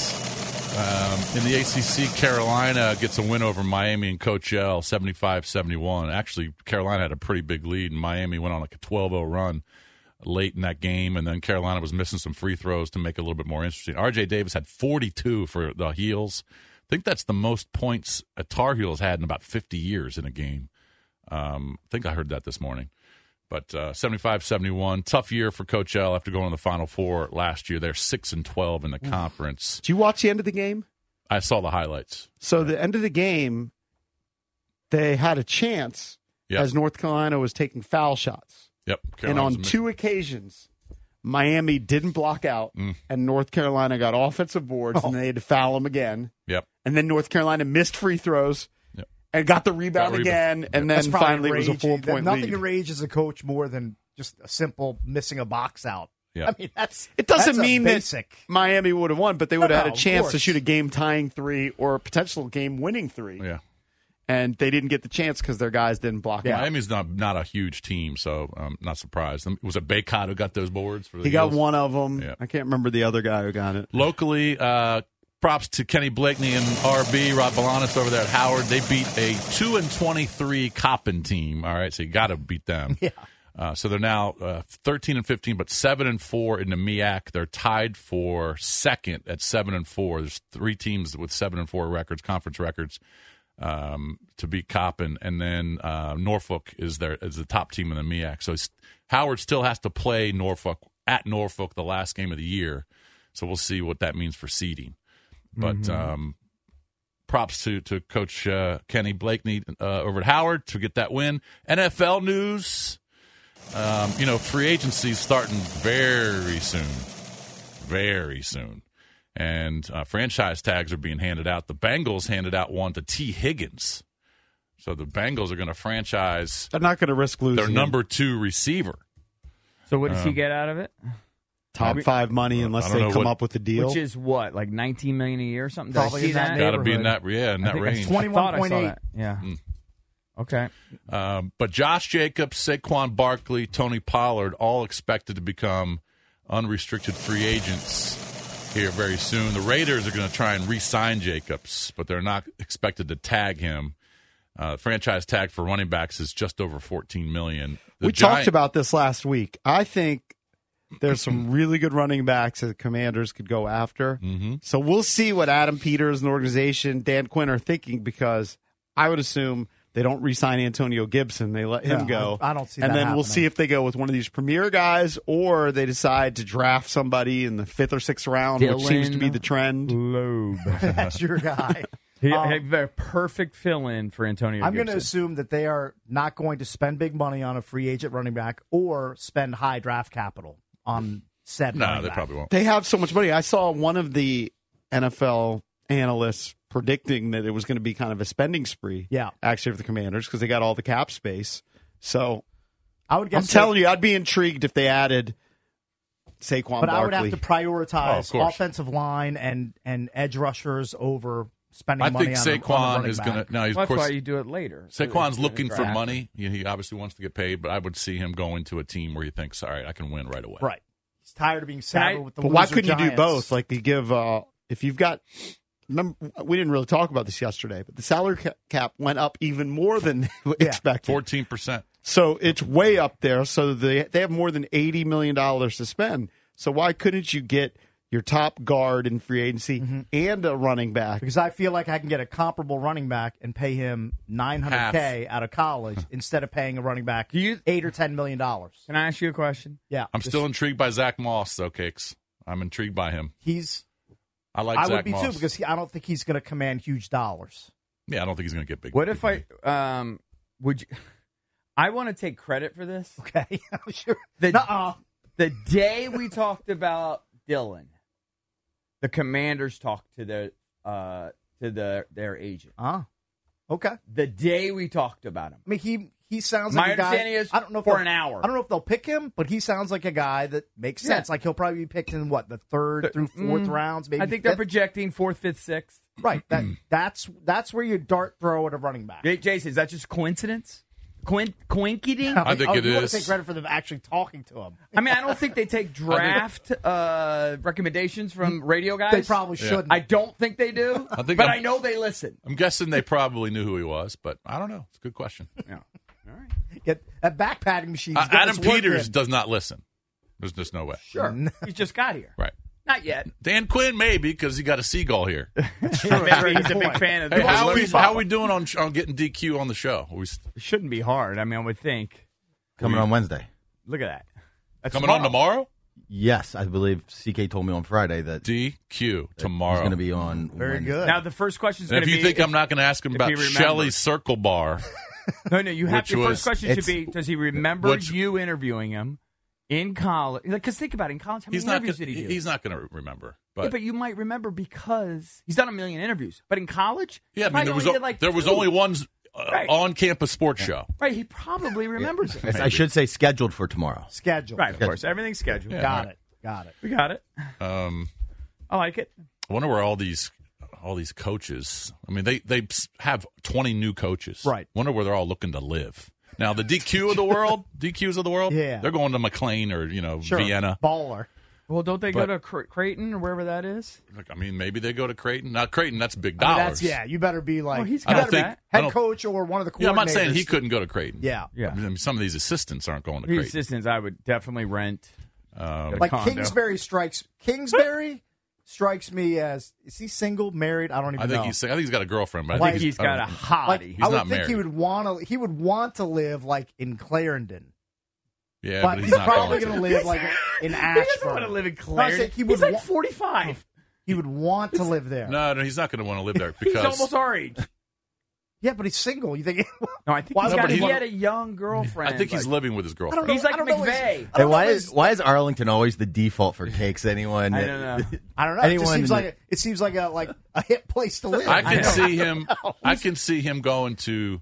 Um, in the ACC, Carolina gets a win over Miami and Coach L 75 71. Actually, Carolina had a pretty big lead, and Miami went on like a 12 0 run late in that game. And then Carolina was missing some free throws to make it a little bit more interesting. RJ Davis had 42 for the Heels. I think that's the most points a Tar Heels had in about 50 years in a game. Um, I think I heard that this morning. But uh, 75 71, tough year for Coach L after going to the Final Four last year. They're 6 and 12 in the conference.
Did you watch the end of the game?
I saw the highlights.
So the end of the game, they had a chance
Yep.
as North Carolina was taking foul shots.
Yep.
and on two occasions, Miami didn't block out, and North Carolina got offensive boards,
Oh,
and they had to foul them again.
Yep.
And then North Carolina missed free throws
Yep.
and got the rebound
Got rebound.
again, and
That's
then
probably
finally it was a
enraging.
four point
Nothing
lead.
enrages a coach more than just a simple missing a box out.
Yeah.
I mean, that's
It doesn't
that's a
mean
basic.
that Miami would have won, but they would
No,
have had a
of
chance to
course.
shoot a game tying three or a potential game winning three,
Yeah.
and they didn't get the chance because their guys didn't block out.
Miami's not not a huge team, so I'm not surprised. Um, Was it Baycott who got those boards? For the
He got
Eagles?
one of them.
Yeah.
I can't remember the other guy who got it.
Locally, uh, props to Kenny Blakeney and RB, Rob Balanis over there at Howard. They beat a 2 and 23 Coppin team. All right, so you got to beat them. Yeah. Uh, so they're now uh, 13 and 15, but 7 and 4 in the MIAC. They're tied for second at 7 and 4. There's three teams with 7 and 4 records, conference records, um, to beat Coppin. And then uh, Norfolk is their is the top team in the MIAC. So it's- Howard still has to play Norfolk at Norfolk the last game of the year. So we'll see what that means for seeding. But
Mm-hmm.
um, props to to Coach uh, Kenny Blakeney uh, over at Howard to get that win. NFL news, um, you know, free agency starting very soon, very soon, and uh, franchise tags are being handed out. The Bengals handed out one to T. Higgins, so the Bengals are going to franchise
They're not going to risk losing
their
him.
number two receiver.
So what does
Um,
he get out of it?
top five money unless
I don't
they
know
come
what-
up with a deal.
Which is what, like 19 million a year or something? Did
Probably
I see
in that
that?
Got to be in that
Neighborhood.
yeah in
I
that
think I
range. Hmm.
saw- I thought I saw
21.8.
that. Yeah. Okay.
Um, but Josh Jacobs, Saquon Barkley, Tony Pollard, all expected to become unrestricted free agents here very soon. The Raiders are going to try and re sign Jacobs, but they're not expected to tag him. Uh, franchise tag for running backs is just over 14 million. The
we
Giant-
talked about this last week. I think there's some really good running backs that the commanders could go after. Mm-hmm. So we'll see what Adam Peters and the organization, Dan Quinn, are thinking because I would assume they don't re sign Antonio Gibson. They let him
No,
go.
I- I don't see
And
that
then we'll
happening.
see if they go with one of these premier guys or they decide to draft somebody in the fifth or sixth round, which seems to be the trend.
Lobe.
That's your guy.
he,
Um,
he- the perfect fill in for Antonio
I'm going to
Gibson.
assume that they are not going to spend big money on a free agent running back or spend high draft capital on said.
No,
running
they
back.
probably won't.
They have so much money. I saw one of the NFL analysts predicting that it was going to be kind of a spending spree.
Yeah.
actually, for the Commanders because they got all the cap space. So
I would
I'm
guess.
telling you, I'd be intrigued if they added Saquon
but
Barkley.
I would have to prioritize
Oh, of course.
offensive line and and edge rushers over spending
I
money
think
on a- on a
Saquon
running
is going
back.
to. Now, he's,
Well,
of
that's why
course,
you do it later.
Saquon's looking for
Draft.
money. He- He obviously wants to get paid, but I would see him going to a team where he thinks, "All right, I can win right away."
Right. He's tired of being
I-
saddled with the
But why
loser
couldn't you do
Giants.
both? Like you give uh, if you've got. Remember, we didn't really talk about this yesterday, but the salary ca- cap went up even more than they
Yeah.
expected.
Fourteen percent.
So it's way up there. So they they have more than eighty million dollars to spend. So why couldn't you get your top guard in free agency
Mm-hmm.
and a running back?
because I feel like I can get a comparable running back and pay him 900k out of college instead of paying a running back
Do you-
8 or 10 million dollars.
Can I ask you a question?
Yeah.
I'm
just-
still intrigued by Zach Moss, though, Cakes. I'm intrigued by him.
he's
I like
I
Zach
would be
Moss.
too because he, I don't think he's going to command huge dollars.
yeah, I don't think he's going to get big.
What if I um would you? I want to take credit for this.
Okay. sure.
The-
Nuh-uh.
The day we talked about Dylan, the Commanders talked to their uh to the their agent.
Uh, okay. I
The day we talked about him,
mean he he sounds
My
like a guy.
understanding is
I don't know if
for
they'll-
an hour.
I don't know if they'll pick him, but he sounds like a guy that makes
Yeah.
sense. Like he'll probably be picked in what the third
Th-
through fourth
mm,
rounds. Maybe
I think they're
fifth.
projecting fourth, fifth, sixth.
right. That that's that's where you dart throw at a running back.
J- Jason, is that just coincidence? Quin- coinciding?
I think
oh,
it
you want
is.
to take credit for them actually talking to him.
I mean, I don't think they take draft uh, recommendations from radio guys.
They probably shouldn't.
I don't think they do.
I think
but
I'm-
I know they listen.
I'm guessing they probably knew who he was, but I don't know. It's a good question.
Get that back padding machine.
Uh, Adam Peters does not listen. There's just no way.
Sure, he just got here.
Right.
Not yet.
Dan Quinn maybe because he got a seagull here.
Maybe he's a big fan of.
Hey,
the
how, are we,
Love
how we doing on on getting DQ on the show? Are we s-
It shouldn't be hard. I mean, I would think.
Coming on Wednesday.
Look at that. That's
coming on tomorrow?
Yes, I believe CK told me on Friday that
DQ
he's
tomorrow.
going to be on.
Very
Wednesday.
good.
Now the first question is
and
going
if
to
you
be.
think I'm not going to ask him
if
about
he remembers.
Shelly's Circle Bar,
no, no, you have
Which
your first
was-
question should
it's-
be: Does he remember
which-
you interviewing him in college? Because think about it, in college, how many
he's not.
interviews
Gonna,
did he do?
he's not going to remember.
Yeah,
But
but you might remember because he's done a million interviews. But in college,
yeah, I
he might
mean there was
only
o-
did, like
there was
two.
only one uh,
Right.
on-campus sports show.
Right, he probably remembers it.
Yes, I should say scheduled for tomorrow.
schedule.
Right, of course, everything's scheduled.
Yeah.
Got it. Got it.
We got it.
Um,
I like it.
I wonder where all these all these coaches. I mean, they they have twenty new coaches.
Right.
Wonder where they're all looking to live. Now the DQ of the world, DQs of the world,
Yeah.
they're going to McLean or you know
Sure.
Vienna.
Baller.
Well, don't they
But-
go to Cre- Creighton or wherever that is?
Look, I mean, maybe they go to Creighton. Now Creighton, that's big
I mean,
dollars.
that's yeah. You better be like
Well, he's
you
got
better be
that.
I
head
don't-
coach or one of the coordinators.
Yeah, I'm not saying he couldn't go to Creighton.
Yeah.
I mean, some of these assistants aren't going to
The
Creighton.
assistants I would definitely rent.
um,
Like
Condo.
Kingsbury strikes Kingsbury strikes me as is he single, married? I don't even
I think
know.
he's I think he's got a girlfriend, but
I
I
think
think
he's got a
like,
hottie.
I
He's
would
not
think he
married.
would want to he would want to live like in Clarendon.
yeah,
but, he's,
not
probably
going
gonna
to.
live like in
he
Ashburn.
doesn't want to live in
No, I'm saying
Clarendon.
he would
he's like
wa-
45.
He would want to live there.
No, no, he's not going to want to live there
He's
because
almost our age.
Yeah, but he's single. You think?
No, I think
Why
he's
would
got,
he
he
want-
had a young girlfriend.
I think he's
like,
living with his
I don't
girlfriend.
know.
He's like
I don't know his-
McVay.
I
Hey,
don't know
why
his-
is why is Arlington always the default for cakes? Anyone?
I don't know.
I don't know. it just
Anyone
seems
that-
like a, it seems like a like a hit place to live.
I can
know.
see him. I can see him going to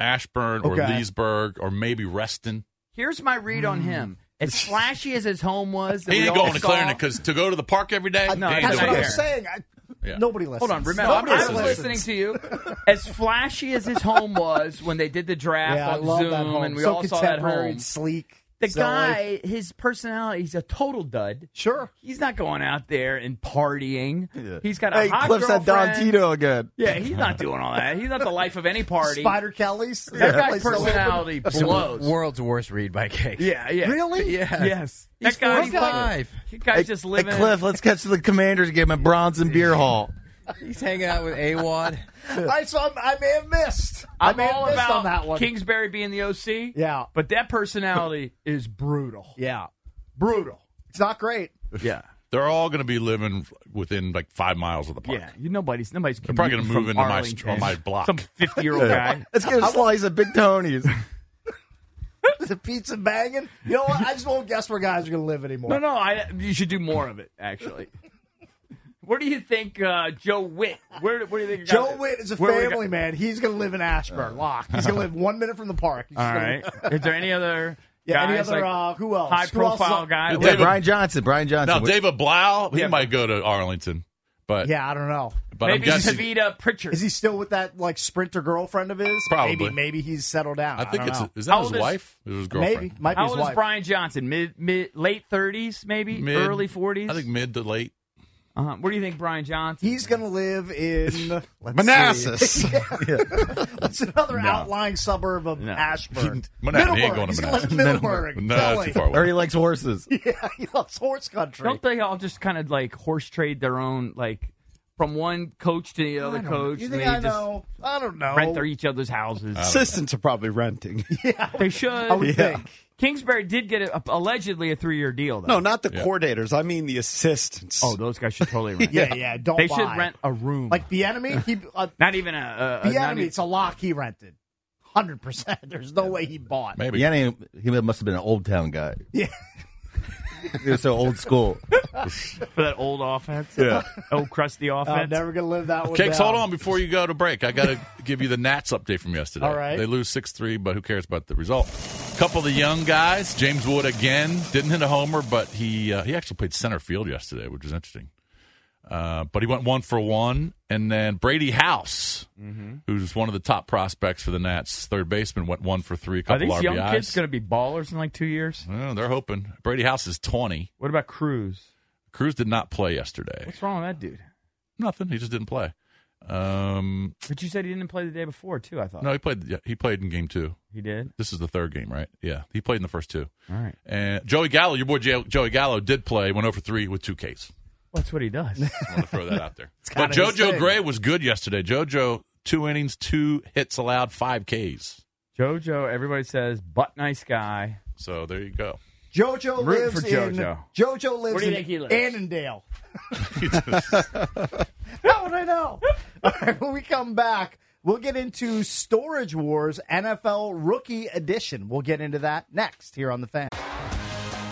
Ashburn or
Okay.
Leesburg or maybe Reston.
Here's my read on him. As flashy as his home was, that
He
we
ain't
all
going to
saw-
Clarendon because to go to the park every day.
No,
he
That's
ain't
what
Don't
doing
I'm
care.
that.
saying. I,
Yeah.
Nobody listens.
Hold on, remember,
Nobody
I'm, I was
listens.
listening to you. As flashy as his home was when they did the draft
Yeah, I
on
love
Zoom,
that home.
and we
so
all saw that
contemporary,
home.
and sleek.
The
So, like,
guy, his personality, he's a total dud.
sure.
He's not going out there and partying. He's got a
Hey,
hot
Cliff's at Don
girlfriend.
Tito again.
Yeah, he's not doing all that. He's not the life of any party.
Spider Kelly's.
that guy's
place to live.
personality blows.
World's worst read by cakes.
yeah, yeah.
Really?
Yeah. Yes.
He's
That guy, he's
45.
like- That guy's just living.
Cliff, let's catch the Commanders game at Bronson Beer Hall.
He's hanging out with Awad.
I saw. I may have missed. I
I'm
may have
all
missed
about
on that one.
Kingsbury being the OC.
Yeah.
But that personality is brutal.
Yeah,
Brutal.
it's not great.
Yeah.
They're all going to be living within like five miles of the park.
Yeah. You, nobody's nobody's They're
probably gonna move into my- on my block.
Some fifty year old guy.
Let's get a slice of Big Tony's.
The pizza banging. You know what? I just won't guess where guys are going to live anymore.
No, no, I you should do more of it, actually. Where do you think uh, Joe Witt? Where, where do you think
Joe Witt is a
where we got-
family man. He's going to live in Ashburn, locked. He's going to live one minute from the park. He's
All
just gonna-
right. Is there any other?
Yeah, any
guys,
other,
like,
uh, who else?
High
Who else is
profile
up-
guy.
Yeah,
Like,
Brian Johnson. Brian Johnson.
Now, David Blau, he
Yeah.
might go to Arlington, but
Yeah, I don't know.
but I'm
Maybe
guessing
Savita Pritchard.
Is he still with that like sprinter girlfriend of his?
Probably.
Maybe, maybe he's settled down.
I think
don't
it's
know.
is
How
that his
old is-
wife? It was his girlfriend.
maybe might be
How
his
old
wife.
is Brian Johnson? Mid, mid, late thirties, maybe
Mid-
early forties.
I think mid to late.
Uh-huh. Where do you think Brian Johnson?
He's going to live in let's
Manassas.
see. it's another outlying suburb of
No.
Ashburn.
Manhattan,
Middleburg.
he ain't going to
He's gonna live in
Manhattan.
Middleburg.
No,
Philly.
that's too far
Or
away.
he likes horses.
Yeah, he loves horse country.
Don't they all just kind of like horse trade their own like from one coach to the
I
other
don't know.
coach?
You
and
think
they
I
just
know? I don't know.
Rent their each other's
Uh,
houses.
Assistants are probably renting.
They should.
I would think.
Kingsbury did get a, allegedly a three-year deal. Though.
No, not the coordinators. I mean the assistants.
Oh, those guys should totally rent.
Yeah, yeah. Don't
They
buy.
should rent a room.
like the enemy. He uh,
not even a. a, a
the
not
enemy.
even-
It's a lock he rented. Hundred percent. There's no way he bought.
Maybe.
Yeah, and he he must have been an old town guy.
Yeah.
He was so old school.
for that old offense.
Yeah.
old crusty
I'm
offense.
never gonna live that one.
Cakes,
down.
hold on before you go to break. I got to give you the Nats update from yesterday.
All right.
They lose 6 3, but who cares about the result? couple of the young guys. James Wood again. Didn't hit a homer, but he uh, he actually played center field yesterday, which is interesting. Uh, but he went one for one. And then Brady House,
Mm-hmm.
who's one of the top prospects for the Nats, third baseman, went one for three, a
Are
couple
these
RBIs.
young kids going to be ballers in like two years?
Oh, they're hoping. Brady House is 20.
What about Cruz?
Cruz did not play yesterday.
What's wrong with that dude?
Nothing. He just didn't play. Um,
But you said he didn't play the day before too. I thought
no, he played. yeah, He played in game two.
he did.
This is the third game, right? Yeah, he played in the first two.
All right,
And Joey Gallo, your boy Jo- Joey Gallo, did play. Went over three with two Ks.
Well, that's what he does.
I want to throw that out there. but
kinda his
JoJo
thing.
Gray was good yesterday. JoJo, two innings, two hits allowed, five Ks.
JoJo, everybody says, but nice guy.
So there you go.
Jojo
rooting
lives
for
in
Jojo.
Jojo lives
Where do you
in
think he lives?
Annandale. How would I know? All right, when we come back, we'll get into Storage Wars NFL Rookie Edition. We'll get into that next here on the Fan.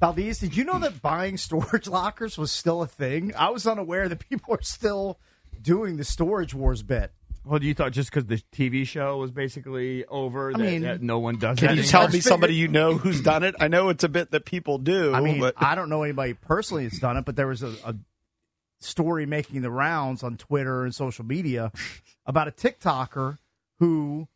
Valdez, did you know that buying storage lockers was still a thing? I was unaware that people are still doing the Storage Wars bit.
Well, you thought just because the TV show was basically over that,
mean,
that no one does that
Can you
anymore?
tell me somebody you know who's done it? I know it's a bit that people do.
I mean,
but
I don't know anybody personally that's done it, but there was a, a story making the rounds on Twitter and social media about a TikToker who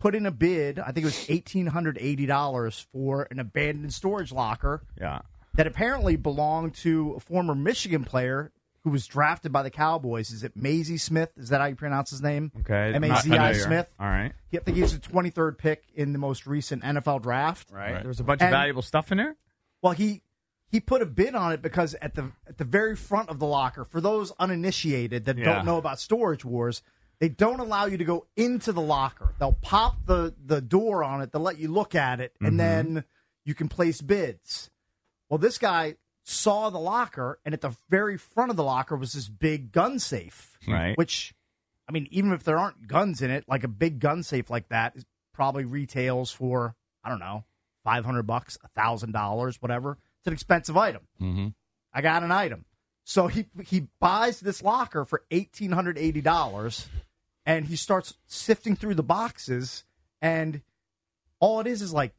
put in a bid. I think it was eighteen hundred eighty dollars for an abandoned storage locker
Yeah.
that apparently belonged to a former Michigan player who was drafted by the Cowboys. Is it Maisie Smith? Is that how you pronounce his name?
Okay.
M A Z I
Not familiar.
Smith.
All right.
I think he was the twenty third pick in the most recent NFL draft.
Right.
Right.
There's a bunch
And-
of valuable stuff in there.
Well, he he put a bid on it because at the at the very front of the locker, for those uninitiated that
Yeah.
don't know about storage wars, they don't allow you to go into the locker. They'll pop the the door
Mm-hmm.
on it. They'll let you look at it, and then you can place bids. Well, this guy saw the locker, and at the very front of the locker was this big gun safe.
Right.
Which, I mean, even if there aren't guns in it, like a big gun safe like that is probably retails for, I don't know, 500 bucks, $1,000, whatever. It's an expensive item.
Mm-hmm.
I got an item. So he he buys this locker for eighteen hundred eighty dollars, and he starts sifting through the boxes, and all it is is like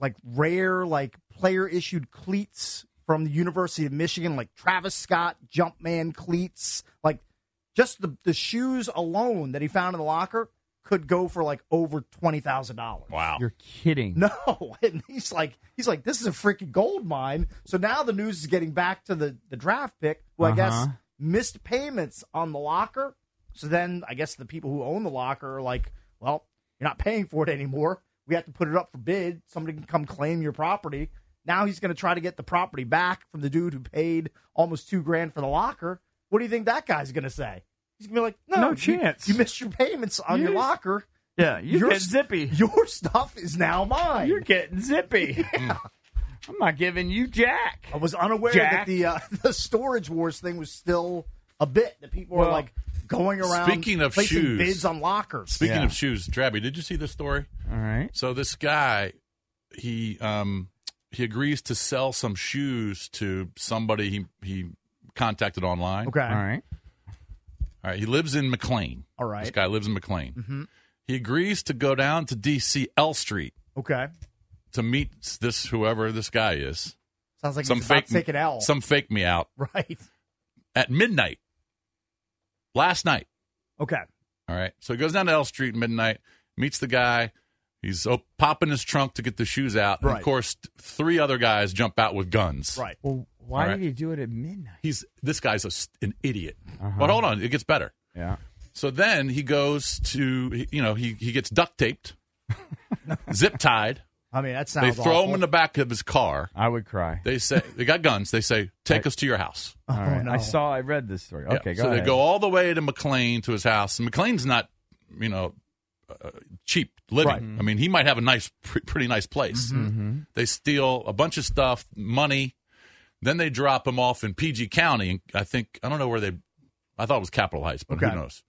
like rare like player issued cleats from the University of Michigan, like Travis Scott Jumpman cleats, like just the the shoes alone that he found in the locker could go for like over twenty thousand dollars.
Wow.
You're kidding.
No, and he's like, he's like, this is a freaking gold mine. So now the news is getting back to the the draft pick, who I guess
Uh-huh.
missed payments on the locker. So then I guess the people who own the locker are like, well, you're not paying for it anymore. We have to put it up for bid. Somebody can come claim your property. Now he's going to try to get the property back from the dude who paid almost two grand for the locker. What do you think that guy's going to say? He's going to be like, no,
No
you-
chance.
You, missed your payments on your
You-
locker.
Yeah, you
Your
get
s-
zippy.
Your stuff is now mine.
You're getting zippy. I'm not giving you jack.
I was unaware that
Jack.
the uh, the storage wars thing was still a bit that people were
Well,
like going around
speaking of
placing
shoes-
bids on lockers.
Speaking of shoes, Drabby, did you see this story?
All right.
So this guy, he um he agrees to sell some shoes to somebody he he contacted online.
Okay.
All
right.
All right. He lives in McLean.
All right.
This guy lives in McLean.
Mhm.
He agrees to go down to DC L Street
okay,
to meet this whoever this guy is.
sounds like
some
he's about
fake
to take an L.
Some fake me out
right?
at midnight last night.
Okay,
All right. So he goes down to L Street at midnight, meets the guy. He's oh, popping his trunk to get the shoes out. And
Right.
of course, th- three other guys jump out with guns.
right.
Well, why
All right.
did you do it at midnight?
He's this guy's a s an idiot.
Uh-huh.
But hold on, it gets better.
Yeah.
So then he goes to he- you know he he gets duct taped, zip tied.
I mean that
They
sounds.
throw him in the back of his car.
I would cry.
They say they got guns. They say take us to your house.
Oh,
All right.
no.
I saw. I read this story.
Yeah.
Okay. Go
so
ahead.
they go all the way to McLean to his house. And McLean's not, you know, uh, cheap living.
Right.
I mean, he might have a nice, pre- pretty nice place.
Mm-hmm.
They steal a bunch of stuff, money. Then they drop him off in PG County. and I think I don't know where they. I thought it was Capitol Heights, but
Okay.
who knows?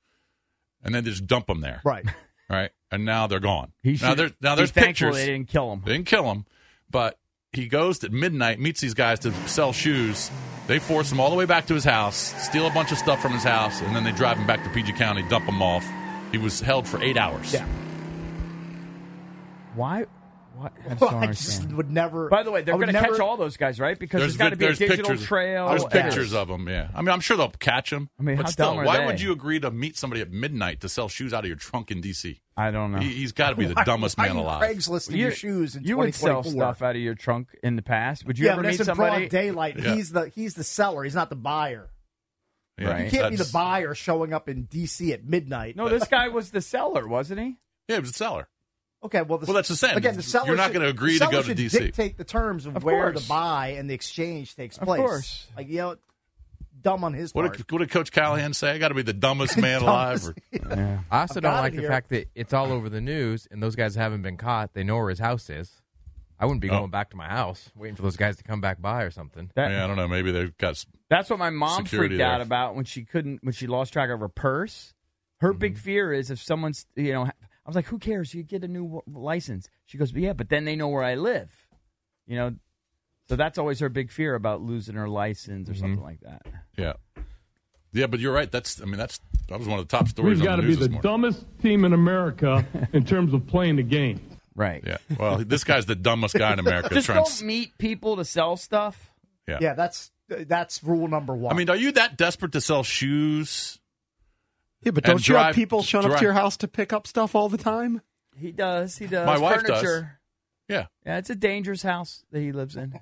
And then they just dump him there,
Right.
right? And now they're gone.
He
now
should-
there's now
be
there's
thankful
pictures.
They didn't kill him.
They didn't kill him, but he goes at midnight, meets these guys to sell shoes. They force him all the way back to his house, steal a bunch of stuff from his house, and then they drive him back to PG County, dump him off. He was held for eight hours.
Yeah.
Why? What? I just
Well,
don't
I just
understand.
would never.
By the way, they're
I would
going to
never-
catch all those guys, right? Because there's
vi-
got to be a digital trail.
There's
and-
pictures of him. Yeah, I mean, I'm sure they'll catch him.
I mean,
but
how
still,
dumb are
why
they?
would you agree to meet somebody at midnight to sell shoes out of your trunk in D.C.?
I don't know.
He, has got to be the
Why-
dumbest
why
man
are you
alive.
Craigslisting your shoes in
you would sell
2024?
stuff out of your trunk in the past. Would you
yeah,
ever
but
meet
that's in
somebody?
broad daylight.
Yeah.
He's the he's the seller. He's not the buyer.
Yeah,
Right.
You can't be the
that's-
buyer showing up in D.C. at midnight.
No, this guy was the seller, wasn't he?
Yeah, he was a seller.
Okay, well, the,
Well, that's the same.
Again, the seller
You're not
should-
gonna agree
the
to go
seller
to
should
DC.
Dictate the terms of,
Of
where
course.
the buy and the exchange takes
Of
place.
course.
like you know, dumb on his
What
part.
did, what did Coach Callahan say? I got to be the dumbest man alive. Or,
Yeah.
I also
I've
don't
got
like
it
the
here.
fact that it's all over the news and those guys haven't been caught. They know where his house is. I wouldn't be
Oh.
going back to my house waiting for those guys to come back by or something.
That-
yeah, I don't know. Maybe they've got s-
That's what my mom
Security
freaked
there.
out about when she couldn't when she lost track of her purse. Her big
Mm-hmm.
fear is if someone's you know I was like, who cares? You get a new w- license. She goes, yeah, but then they know where I live. You know, so that's always her big fear about losing her license
Mm-hmm.
or something like that.
Yeah. Yeah, but you're right. That's I mean that's that was one of the top stories.
We've got
on
to
the
be
news
the
this morning.
dumbest team in America in terms of playing the game.
Right.
Yeah. Well, this guy's the dumbest guy in America.
Just
Trent.
don't meet people to sell stuff.
yeah.
yeah, that's that's rule number one.
I mean, are you that desperate to sell shoes?
Yeah, but
And
don't you
drive-
have people showing up
drive-
to your house to pick up stuff all the time?
He does. He does.
My wife does.
Furniture.
Yeah.
Yeah, it's a dangerous house that he lives in.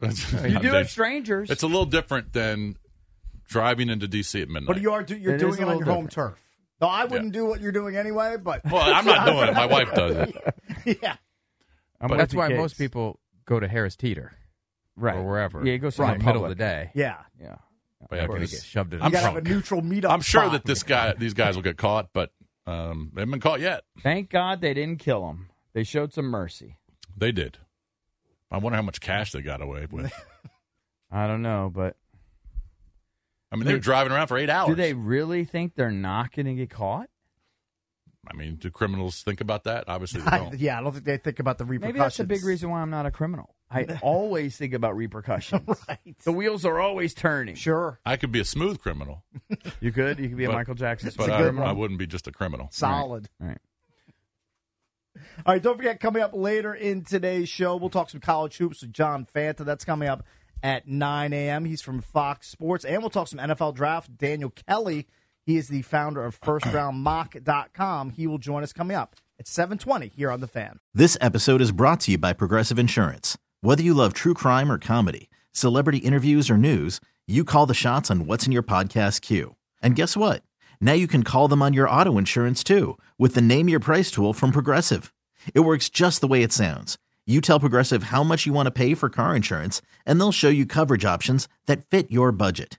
That's-
You do it, strangers.
It's a little different than driving into DC at midnight.
but you are do, you're
It is
doing it
a
on your
little
home turf. No, I wouldn't do what you're doing anyway. But
well, I'm not doing it. My wife does it.
yeah,
I'm
But-
with
That's
the
why
kids.
most people go to Harris Teeter
right
or wherever.
Yeah, he goes
in the
somewhere
middle of the
public.
day.
yeah.
Yeah.
But yeah,
Or they
because
get shoved in.
You
I'm
gotta have
drunk.
a neutral meetup.
I'm sure
spot.
that this guy, these guys will get caught, but um, they haven't been caught yet.
Thank God they didn't kill him. They showed some mercy.
They did. I wonder how much cash they got away with.
I don't know, but
I mean, they're driving around for eight hours.
Do they really think they're not going to get caught?
I mean, do criminals think about that? Obviously, they
I,
don't.
yeah, I don't think they think about the repercussions.
Maybe that's a big reason why I'm not a criminal. I always think about repercussions. right. The wheels are always turning.
Sure.
I could be a smooth criminal.
You could. You could be a Michael Jackson
but
smooth
I,
criminal.
I wouldn't be just a criminal.
Solid.
All right.
All right, don't forget, coming up later in today's show, we'll talk some college hoops with John Fanta. That's coming up at 9 a.m. He's from Fox Sports. And we'll talk some NFL draft. Daniel Kelly, he is the founder of firstroundmock.com. He will join us coming up at 720 here on The Fan.
This episode is brought to you by Progressive Insurance. Whether you love true crime or comedy, celebrity interviews or news, you call the shots on what's in your podcast queue. And guess what? Now you can call them on your auto insurance too with the Name Your Price tool from Progressive. It works just the way it sounds. You tell Progressive how much you want to pay for car insurance, and they'll show you coverage options that fit your budget.